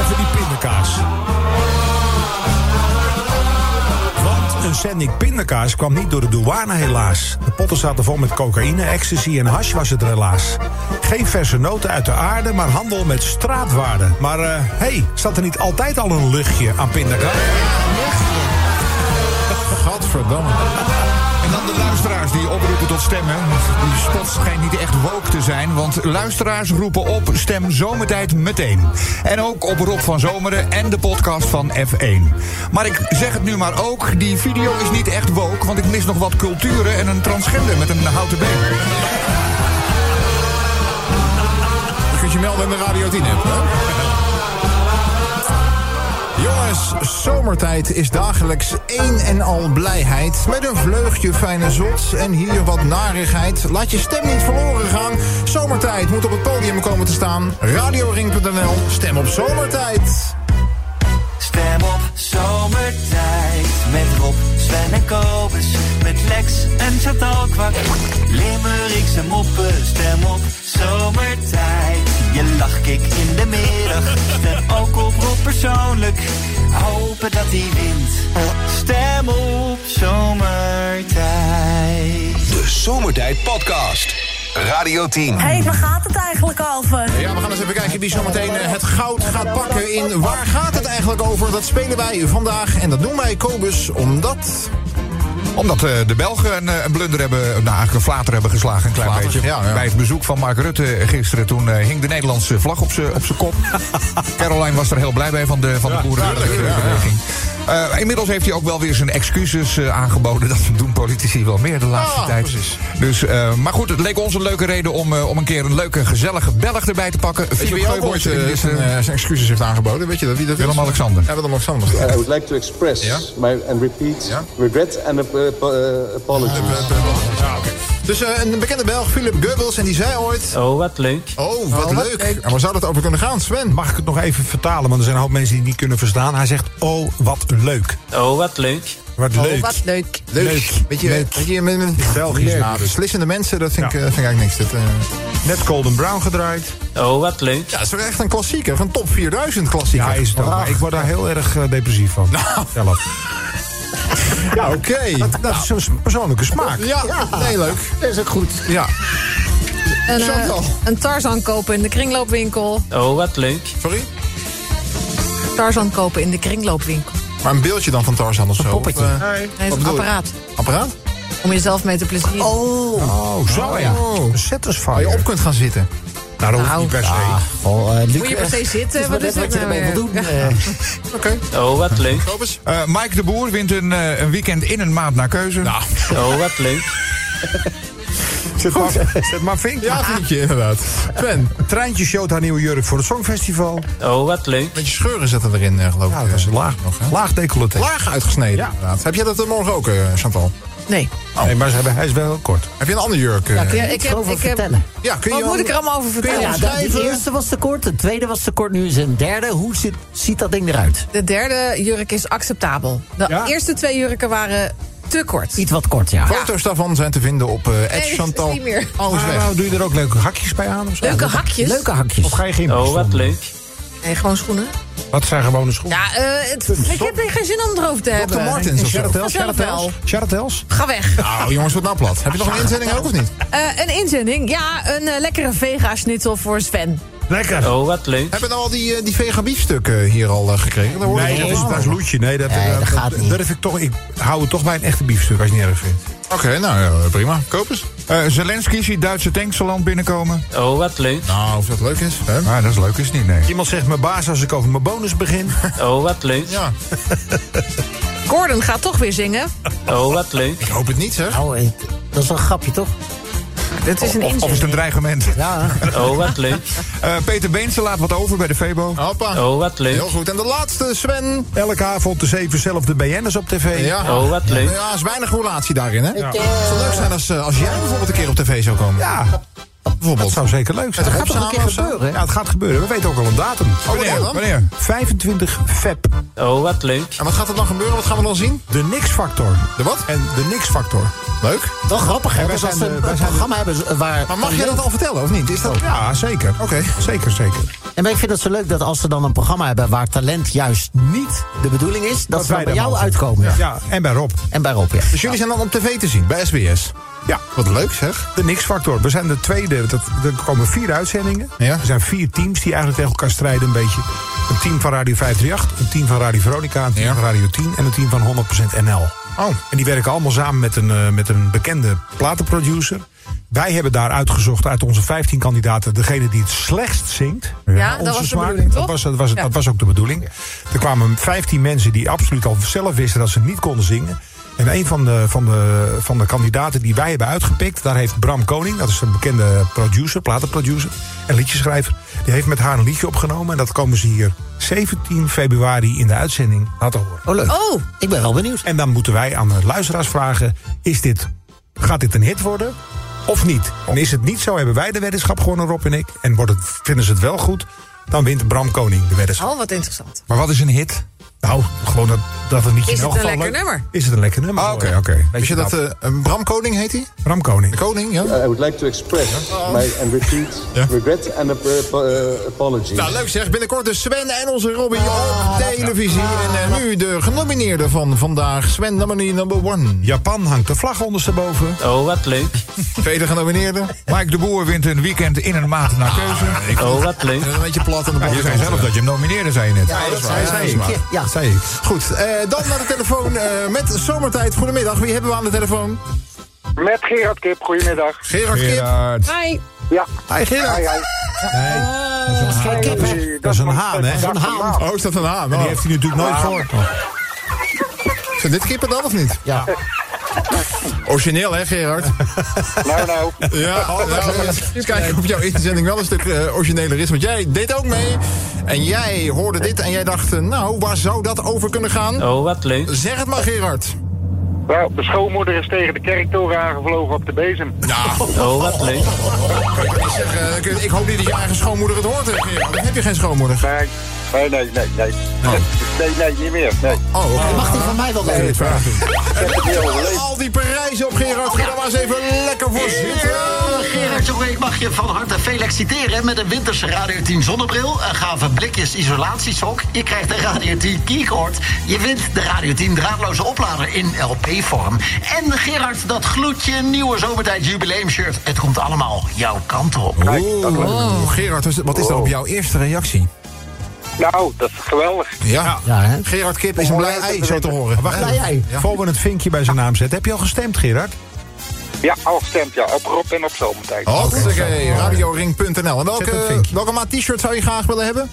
S12: Even die pindakaas. Want Een zending pindakaas kwam niet door de douane helaas. De potten zaten vol met cocaïne, ecstasy en hash was het er helaas. Geen verse noten uit de aarde, maar handel met straatwaarden. Maar hé, hey, zat er niet altijd al een luchtje aan pindakaas?
S8: Gadverdamme.
S2: En dan de luisteraars die oproepen tot stemmen. Die spot schijnt niet echt woke te zijn, want luisteraars roepen op stem zomertijd meteen. En ook op Rob van Zomeren en de podcast van F1. Maar ik zeg het nu maar ook, die video is niet echt woke, want ik mis nog wat culturen en een transgender met een houten been.
S8: Je kunt je melden in de Radio 10 app. Hè? Jongens, zomertijd is dagelijks één en al blijheid. Met een vleugje fijne zot en hier wat narigheid. Laat je stem niet verloren gaan. Zomertijd moet op het podium komen te staan. Radioring.nl, stem op zomertijd.
S5: Stem op zomertijd met Rob, Sven en Kobus. Met Lex en Chantalkwak. Limericks en moppen. Stem op zomertijd. Je lachkick in de middag. Stem ook op Rob persoonlijk. Hopen dat hij wint. Stem op zomertijd.
S1: De Zomertijd Podcast. Radio 10.
S13: Hé, hey, waar gaat het eigenlijk over?
S8: Ja, we gaan eens even kijken wie zometeen eh, het goud gaat pakken in Waar gaat het eigenlijk over? Dat spelen wij vandaag en dat doen wij, Kobus, omdat...
S2: Omdat eh, de Belgen een, eh, een blunder hebben, nou eigenlijk een flater hebben geslagen, een klein
S8: Flater,
S2: beetje.
S8: ja, ja.
S2: Bij het bezoek van Mark Rutte gisteren, toen eh, hing de Nederlandse vlag op zijn op zijn kop. Caroline was er heel blij bij van de, van de boerenbeweging. Eh, inmiddels heeft hij ook wel weer zijn excuses eh, aangeboden. Dat doen politici wel meer de laatste
S8: Ah,
S2: tijd.
S8: precies.
S2: Dus, eh, maar goed, het leek ons een leuke reden om, eh, om een keer een leuke, gezellige Belg erbij te pakken.
S8: Weet je
S2: Philip
S8: wie ook ooit
S2: Geuboys,
S8: eh,
S2: eh, die is,
S8: zijn,
S2: eh,
S8: eh, zijn excuses heeft aangeboden? Weet je dat? Wie dat is?
S2: Willem-Alexander.
S8: Ja, Willem-Alexander.
S14: I would like to express
S8: Yeah.
S14: my and repeat
S8: Yeah.
S14: regret and ap- ap- uh, apology.
S8: Ja, oké. Dus eh, een bekende Belg, Philip Goebbels, en die zei ooit...
S9: Oh, wat leuk.
S8: Oh, wat
S12: Oh, wat
S8: leuk.
S12: leuk.
S8: En waar zou dat over kunnen gaan, Sven?
S12: Mag ik het nog even vertalen, want er zijn een hoop mensen die het niet kunnen verstaan. Hij zegt, oh, wat leuk.
S9: Oh, wat leuk.
S12: Wat
S8: Oh,
S12: leuk.
S7: Wat leuk.
S12: Leuk.
S8: Weet je,
S12: Leuk.
S8: weet je met, met
S12: Belgisch.
S8: Ja, beslissende mensen, dat vind, ik,
S12: Ja.
S8: eh, vind ik eigenlijk niks. Dat, eh,
S12: Net Golden Brown gedraaid.
S9: Oh, wat leuk.
S8: ja, het is wel echt een klassieker. Een top 4000 klassieker.
S12: Ja, is het ook. Maar
S8: Ah,
S12: ik word daar heel erg eh, depressief van.
S2: Nou.
S12: Zelf.
S8: Ja, oké.
S12: Dat is een persoonlijke smaak.
S8: Ja, nee, leuk.
S15: is ook goed.
S8: Ja.
S7: Een, eh,
S8: Chantal.
S7: een Tarzan kopen in de kringloopwinkel.
S9: Oh, wat leuk.
S8: Sorry?
S7: Tarzan kopen in de kringloopwinkel.
S8: Maar een beeldje dan van Tarzan of zo?
S15: poppetje.
S8: Of, eh,
S7: Nee, dat is een
S8: bedoel je?
S7: apparaat.
S8: apparaat?
S7: Om jezelf mee te plezieren.
S15: Oh,
S12: Oh, zo ja.
S8: Oh.
S12: Een satisfier. Ah.
S8: Waar je op kunt gaan zitten.
S2: Nou, dat hoeft niet per se.
S5: Oh, eh,
S7: Moet je per se zitten? Wat is het nou weer? Ja.
S8: Oké.
S9: Oh, wat leuk.
S11: Eh, Mike de Boer wint een, eh, een weekend in een maand naar keuze.
S12: Nou.
S9: Oh, wat leuk.
S11: Zet maar, zet maar vinkje.
S8: Ja, vriendje, inderdaad. Sven,
S2: Treintje showt haar nieuwe jurk voor het Songfestival.
S9: Oh, wat leuk.
S8: beetje scheuren zetten erin, eh, geloof ik.
S2: Ja, dat is laag nog. Hè? Laag decolleté.
S8: Laag uitgesneden,
S2: Ja.
S8: inderdaad. Heb jij dat eh, morgen ook, eh, Chantal?
S7: Nee.
S12: Oh.
S2: Nee, maar ze hebben, hij is wel kort.
S12: Ah,
S8: Heb je een andere jurk? eh?
S5: kun je
S7: ik
S5: iets
S7: heb-
S5: over
S7: ik heb-
S5: vertellen?
S8: Ja, kun
S7: Wat
S8: je
S7: moet ik er allemaal over
S8: je
S7: vertellen?
S5: Ja, dat, de
S8: schrijven?
S5: eerste was te kort, de tweede was te kort, nu is een derde. Hoe zit- ziet dat ding eruit?
S7: De derde jurk is acceptabel. De
S2: Ja?
S7: eerste twee jurken waren te kort.
S5: Iets wat kort, ja.
S8: Foto's daarvan zijn te vinden op eh
S7: dat is
S8: Chantal.
S7: niet meer.
S8: Alles
S2: Maar,
S8: weg.
S2: nou, doe je er ook leuke hakjes bij aan of zo?
S7: Leuke hakjes.
S5: Leuke hakjes.
S2: Of ga je geen
S9: Oh, wat leuk.
S7: Nee, gewoon schoenen.
S2: Wat zijn gewone schoenen?
S7: Ja, eh, het, ik heb er geen zin om erover te hebben.
S8: Dr. Martens of zo.
S2: Charretels?
S7: Vanzelf wel.
S2: Charretels? Charretels?
S7: Ga weg.
S8: Nou, jongens, wat nou plat. Heb je nog een inzending ook of niet?
S7: Eh, een inzending. Ja, een eh, lekkere vega-schnitzel voor Sven.
S2: Lekker.
S9: Oh, wat leuk.
S8: Hebben we nou al die, eh, die vega biefstukken hier al eh, gekregen? Daar hoor
S2: Nee,
S8: ik
S2: dat
S8: niet
S2: is,
S8: van.
S2: dat is loetje. Nee, dat,
S5: Nee, dat gaat niet.
S2: durf ik toch. Ik hou het toch bij een echte biefstuk als je het niet erg vindt.
S8: Oké, nou ja, prima. Koop eens.
S11: Eh, Zelensky ziet Duitse tanks al land binnenkomen.
S9: Oh, wat leuk.
S8: Nou, of dat leuk is. Hè?
S11: Ah, dat is leuk, is het niet, nee.
S2: Iemand zegt mijn baas als ik over mijn bonus begin.
S9: Oh, wat leuk.
S8: Ja,
S7: Gordon gaat toch weer zingen.
S9: Oh, wat leuk.
S8: ik hoop het niet, zeg.
S5: Nou, eh, dat is wel een grapje, toch?
S7: Het is een
S11: Of, of is het een
S7: inzending.
S11: dreigement?
S5: Ja.
S9: Oh, wat leuk.
S11: Eh, Peter Beense laat wat over bij de Febo.
S8: Hoppa.
S9: Oh, wat leuk.
S8: Heel goed. En de laatste, Sven.
S2: Elke avond de zeven zelf de BN'ers op tv.
S8: Ja.
S9: Oh, wat leuk.
S8: Ja, is weinig relatie daarin, hè? Het zou leuk zijn als, eh, als jij bijvoorbeeld een keer op tv zou komen.
S2: Ja, dat
S8: bijvoorbeeld.
S2: zou zeker leuk zijn.
S8: Met een
S2: Dat
S8: groep
S2: gaat toch
S8: samen of zo?
S2: gebeuren? Ja, het gaat gebeuren. We weten ook al een datum.
S8: Oh, Wanneer?
S11: Wanneer?
S8: dan?
S11: Wanneer?
S2: 25 feb.
S9: Oh, wat leuk.
S8: En wat gaat er dan gebeuren? Wat gaan we dan zien?
S2: De niks-factor.
S8: De wat?
S2: En de niks-factor.
S8: Leuk.
S5: Wel grappig, hè?
S2: wij
S5: Dat
S2: zijn
S5: ze
S2: de-
S5: een
S2: wij zijn de-
S5: programma hebben z- waar...
S8: Maar mag jij dat al vertellen, of niet? Is dat...
S2: Ja, zeker. Oké. Zeker, zeker.
S5: En maar ik vind het zo leuk dat als ze dan een programma hebben... waar talent juist niet de bedoeling is... dat, ze dan bij
S2: daar
S5: jou
S2: mogen.
S5: uitkomen.
S2: Ja. en bij Rob.
S5: En bij Rob, ja.
S8: Dus jullie zijn dan op tv te zien, bij SBS.
S2: Ja,
S8: Wat leuk, zeg.
S2: de niks-factor. We zijn de tweede. Dat, er komen vier uitzendingen.
S8: Ja.
S2: Er zijn vier teams die eigenlijk tegen elkaar strijden een beetje. Een team van Radio 538, een team van Radio Veronica, een team
S8: Ja.
S2: van Radio 10 en een team van 100% NL.
S8: Oh.
S2: En die werken allemaal samen met een, eh, met een bekende platenproducer. Wij hebben daar uitgezocht uit onze 15 kandidaten degene die het slechtst zingt.
S7: Ja, dat
S2: Onze
S7: was de
S2: smaak.
S7: bedoeling,
S2: Dat
S7: toch?
S2: was, dat, was,
S7: Ja.
S2: dat was ook de bedoeling. Er kwamen 15 mensen die absoluut al zelf wisten dat ze niet konden zingen. En een van de, van, de, van de kandidaten die wij hebben uitgepikt, daar heeft Bram Koning, dat is een bekende producer, platenproducer en liedjeschrijver, die heeft met haar een liedje opgenomen. En dat komen ze hier 17 februari in de uitzending laten horen.
S5: Oh, leuk.
S7: Oh,
S5: Ik ben wel benieuwd.
S2: En dan moeten wij aan de luisteraars vragen: is dit, gaat dit een hit worden of niet? En is het niet zo, hebben wij de weddenschap gewonnen, Rob en ik. En wordt het, vinden ze het wel goed, dan wint Bram Koning de weddenschap.
S7: oh wat interessant.
S11: Maar wat is een hit?
S2: Nou, gewoon dat, dat het niet
S7: Is
S2: in elk
S7: het een
S2: geval
S7: lekker
S2: leuk-
S7: nummer?
S2: Is het een lekker nummer?
S11: Ah, oké,
S2: hoor.
S11: oké.
S2: Weet
S8: Weet je dat...
S2: dat?
S8: eh, een Bram Koning heet hij?
S2: Bram Koning.
S8: De koning, ja?
S16: I would like to express my and repeat regret and ap- ap- uh, apology.
S8: Nou, leuk zeg. Binnenkort dus Sven en onze Robin op televisie. En eh, nu de genomineerde van vandaag. Sven, nominee number one.
S2: Japan hangt de vlag ondersteboven.
S9: Oh, wat leuk.
S8: Tweede genomineerde.
S11: Mike de Boer wint een weekend in een maand
S8: Ah,
S11: naar keuze.
S9: Oh, wat leuk.
S8: En Een beetje plat aan de
S11: Ja,
S8: bal.
S11: je zei zelf dat je hem nomineerde, zei je net. Ja,
S8: dat zei- zei ik.
S5: Ja.
S8: Dat zei ik. Goed, eh, dan naar de telefoon eh, met Zomertijd. Goedemiddag, wie hebben we aan de telefoon?
S17: Met Gerard Kip, goedemiddag.
S8: Gerard Kip.
S7: Hi.
S17: Ja.
S8: Hi Gerard.
S17: Hi, hi.
S5: Geen kip, hè?
S2: Dat is een haan, hè?
S5: Zo'n haan.
S8: Oh, is dat een haan?
S2: Die
S8: Oh.
S2: heeft hij natuurlijk nooit gehoord.
S8: Zijn dit kippen dan of niet?
S5: Ja.
S8: Origineel hè Gerard?
S17: Nou, nou.
S8: Ja, oh, nou, eh, eens kijken of jouw inzending wel een stuk eh, origineler is. Want jij deed ook mee. En jij hoorde dit en jij dacht, eh, nou, waar zou dat over kunnen gaan?
S9: Oh, wat leuk.
S8: Zeg het maar, Gerard.
S17: Nou, de schoonmoeder is tegen de kerktoren aangevlogen op de bezem.
S8: Nou,
S9: Oh, wat leuk.
S8: zeg, eh, ik- ik hoop niet dat je eigen schoonmoeder het hoort, hè, Gerard. Dan heb je geen schoonmoeder.
S17: Nee, nee, nee, nee. Nee,
S9: Oh.
S17: nee, nee niet meer. Nee.
S8: Oh, oké.
S5: Mag die van mij wel
S8: Nee,
S5: leuk?
S8: dit vraag ik.
S17: Ik heb het niet overleefd.
S8: Al die Parijs op, Gerard. Ga daar maar eens even lekker voor zitten.
S18: Gerard, jongen, ik mag je van harte feliciteren met een winterse Radio 10 zonnebril, een gave blikjes isolatiesok. Je krijgt een Radio 10 keycord. Je wint de Radio 10 draadloze oplader in LP-vorm. En Gerard, dat gloedje nieuwe zomertijd jubileumshirt. Het komt allemaal jouw kant op.
S8: Oeh, Gerard, dus wat is dan op jouw eerste reactie?
S17: Nou, dat is geweldig.
S8: Ja,
S5: Ja, hè?
S8: Gerard Kip is een blij ei, zo te horen.
S2: Wacht
S5: Ja, jij.
S2: even. Voor we het vinkje bij zijn naam zetten. Heb je al gestemd, Gerard?
S8: Ja, al gestemd, ja. Op Rob en op Zomertijd.
S2: Hartstikke, radioring.nl. En welke, welke maat t-shirt zou je graag willen hebben?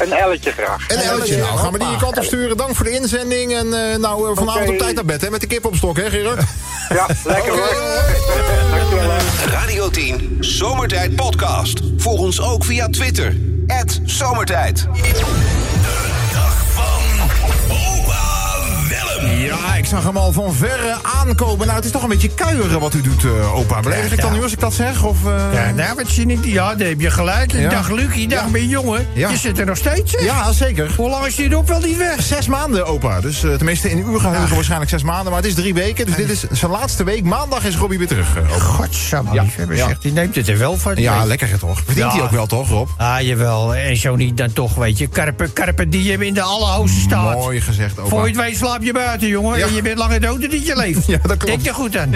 S8: Een elletje graag.
S2: Een elletje. Nou, gaan we die je kant op sturen. Dank voor de inzending. En eh, nou, eh, vanavond
S8: Oké.
S2: op tijd naar bed, hè? Met de kip op stok, hè, Gerard?
S8: Ja, lekker
S1: Radio 10 Zomertijd Podcast. Volg ons ook via Twitter. Zomertijd.
S2: Ja, ik zag hem al van verre aankomen. Nou, het is toch een beetje kuieren wat u doet, eh, opa. Beleef ik dat nu als ik dat zeg? Of, eh?
S5: Ja, nou, wat zie ik? Ja, daar heb je gelijk.
S2: Ja.
S5: Dag Lucie, dag
S2: Ja.
S5: mijn jongen.
S2: Ja.
S5: Je zit er nog steeds, hè?
S2: Ja, zeker.
S5: Hoe lang is die erop wel niet weg?
S2: Zes maanden, opa. Dus eh, tenminste, in uw geheugen waarschijnlijk zes maanden. Maar het is drie weken. Dus dit is zijn laatste week. Maandag is Robbie weer terug. eh, opa.
S5: Godsamme, ja. liefhebber
S2: Ja.
S5: zegt, die neemt het er wel van.
S2: Ja, lekker hè, toch? Verdient hij ook wel, toch, Rob?
S5: Ah, jawel. En zo niet dan toch, weet je. Karpen, karpen die hem in de allerhoogste staat.
S2: Mooi gezegd, opa.
S5: Voor je het weet slaap je buiten, jongen.
S2: Ja.
S5: En je bent langer dood dan dat je leeft.
S2: Ja, dat klopt.
S5: Denk er goed aan.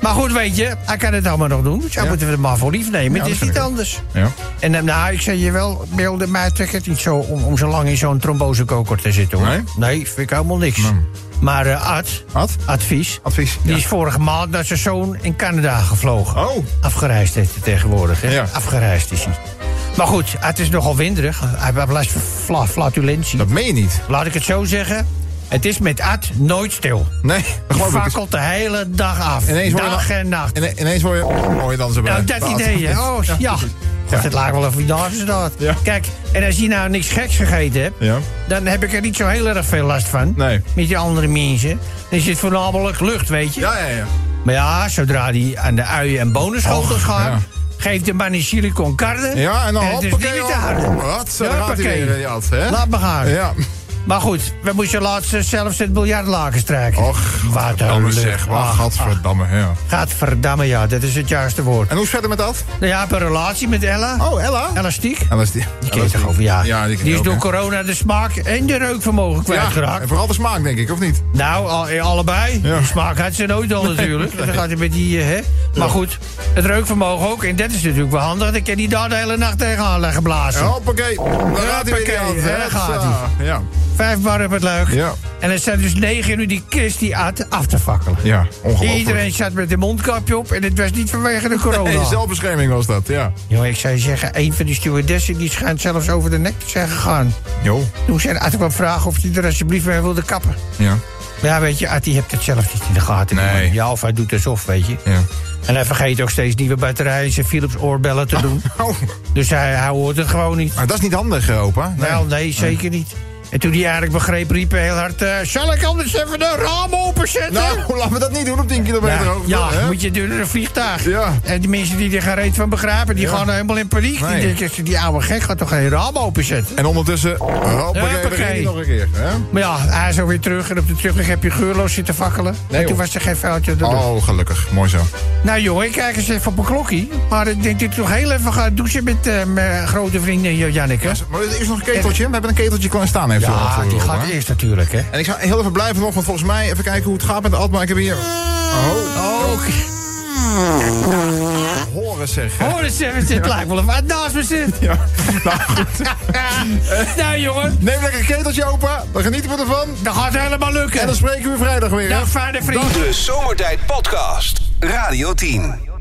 S5: Maar goed, weet je, hij kan het allemaal nog doen. Zo moeten we het maar voor lief nemen.
S2: Ja,
S5: het
S2: dat
S5: is
S2: vind
S5: niet
S2: ik ook.
S5: anders.
S2: Ja.
S5: En eh, nou, ik zei je wel, beelden mij trekt het niet zo om, om zo lang in zo'n trombosekoker te zitten hoor.
S2: Nee?
S5: vind ik helemaal niks. Maar eh Ad, advies,
S2: Advies,
S5: die
S2: ja.
S5: is vorige maand naar zijn zoon in Canada gevlogen.
S2: Oh.
S5: Afgereisd heeft hij tegenwoordig. Hè?
S2: Ja.
S5: Afgereisd is hij. Maar goed, ah, het is nogal winderig. Ah, Hij heeft last van fla- flatulentie.
S2: Dat meen je niet.
S5: Laat ik het zo zeggen. Het is met Ad nooit stil.
S2: Nee, dat
S5: Die
S9: Oh,
S2: geloof ik.
S5: fakkelt de hele dag af.
S2: Ineens word je
S5: dag
S2: dan-
S5: en nacht.
S2: Ine- Ineens word je... Hoor je dan zo bij.
S5: Nou, dat idee, hè? Oh, ja. God, het lijkt wel of je daar is dat. Kijk, en als je nou niks geks gegeten hebt...
S2: Ja.
S5: dan heb ik er niet zo heel erg veel last van.
S2: Nee.
S5: Met die andere mensen. Dan zit voornamelijk lucht, weet je.
S2: Ja, ja, ja.
S5: Maar ja, zodra die aan de uien en bonenschotel
S2: Och,
S5: gaat...
S2: ja.
S5: geeft de man een chili con carne...
S2: Ja, en dan
S5: het is niet
S2: hoppakee,
S5: meer te houden.
S2: Wat, zo, daar gaat hij
S5: Hoppakee.
S2: weer, die Ad, hè?
S5: Laat me gaan.
S2: Ja.
S5: Maar goed, we moesten laatst zelfs het biljartlaken strijken.
S2: Och,
S5: wat
S2: Gadverdamme
S5: een
S2: zeg.
S5: lucht.
S2: Wat
S5: Ach,
S2: gadverdamme, ja.
S5: Gadverdamme, ja, dat is het juiste woord.
S2: En hoe is het verder met dat?
S5: Nou ja, ik heb een relatie met Ella.
S2: Oh, Ella.
S5: Ella Stiek.
S2: En dat is die...
S5: Die ken je toch over, ja.
S2: Ja, die ken
S5: die
S2: ik
S5: is
S2: ook,
S5: door
S2: hè.
S5: corona de smaak en de reukvermogen
S2: Ja,
S5: kwijtgeraakt.
S2: en vooral de smaak, denk ik, of niet?
S5: Nou, al- allebei. De smaak had ze nooit al natuurlijk. Dus Dan gaat hij met die, eh, hè. Maar goed, het reukvermogen ook. En dat is natuurlijk wel handig. Dan kan hij daar de hele nacht tegenaan leggen
S2: Oh,
S5: blazen.
S2: Hoppakee. Daar gaat hij weer, die
S5: Hoppakee,
S2: Ad,
S5: hè,
S2: hè?
S5: gaat
S2: Zo, Ja.
S5: Vijf bar op het luik.
S2: Ja.
S5: En er zijn dus negen nu die kist die at af te fakkelen.
S2: Ja, ongelooflijk.
S5: Iedereen zat met een mondkapje op en het was niet vanwege de corona.
S2: Nee, zelfbescherming was dat, ja.
S5: Jongen, ik zou je zeggen, een van die stewardessen die schijnt zelfs over de nek te zijn gegaan.
S2: Jo.
S5: Toen zei Ad kwam vragen of hij er alsjeblieft mee wilde kappen.
S2: Ja.
S5: Maar ja, weet je, Ad die hebt het zelf niet in de gaten. die
S2: Nee.
S5: man. Ja, of hij doet alsof, weet je.
S2: Ja.
S5: En hij vergeet ook steeds nieuwe batterijen en zijn Philips oorbellen te doen.
S2: Oh,
S5: Dus hij, hij hoort het gewoon niet.
S2: maar dat is niet handig, eh, opa. Nee.
S5: Wel, nee, zeker niet. En toen hij eigenlijk begreep, riep hij heel hard... eh, Zal ik anders even de raam openzetten?
S2: Nou, laten we dat niet doen op 10 kilometer
S5: ja,
S2: hoogte.
S5: ja,
S2: hè?
S5: moet je door een vliegtuig.
S2: Ja.
S5: En die mensen die er geen reet van begrijpen, die gaan helemaal in paniek.
S2: Nee.
S5: Die denken, die oude gek gaat toch geen raam openzetten?
S2: En ondertussen, hoppakee,
S5: Hoppakee.
S2: begin je nog een keer. Hè?
S5: Maar ja, Nou, hij is alweer terug en op de terugweg heb je geurloos zitten fakkelen. en toen
S2: joh.
S5: was er geen foutje te doen.
S2: Oh, gelukkig. Mooi zo.
S5: Nou joh, ik kijk eens even op mijn klokkie. Maar ik denk dat ik nog heel even ga douchen met eh, mijn grote vriendin Jo- Janneke.
S2: Maar er is nog een keteltje. We hebben een keteltje klaar staan. Heeft u al
S5: Ja,
S2: voor u,
S5: die
S2: opa.
S5: gaat eerst natuurlijk, hè.
S2: En ik zou heel even blijven nog, want volgens mij... Even kijken hoe het gaat met de Adma. Ik heb hier... Oh,
S5: Oh,
S2: horen zeg.
S5: hoor eens even, dit lijkt wel een wat naast me zit.
S2: Ja. Nou, goed.
S5: nou jongen,
S2: Neem lekker een keteltje, opa. Dan genieten we ervan.
S5: dat gaat helemaal lukken.
S2: En dan spreken we vrijdag weer. hè?
S5: Dag, fijne vrienden.
S1: De Zomertijd Podcast. Radio 10.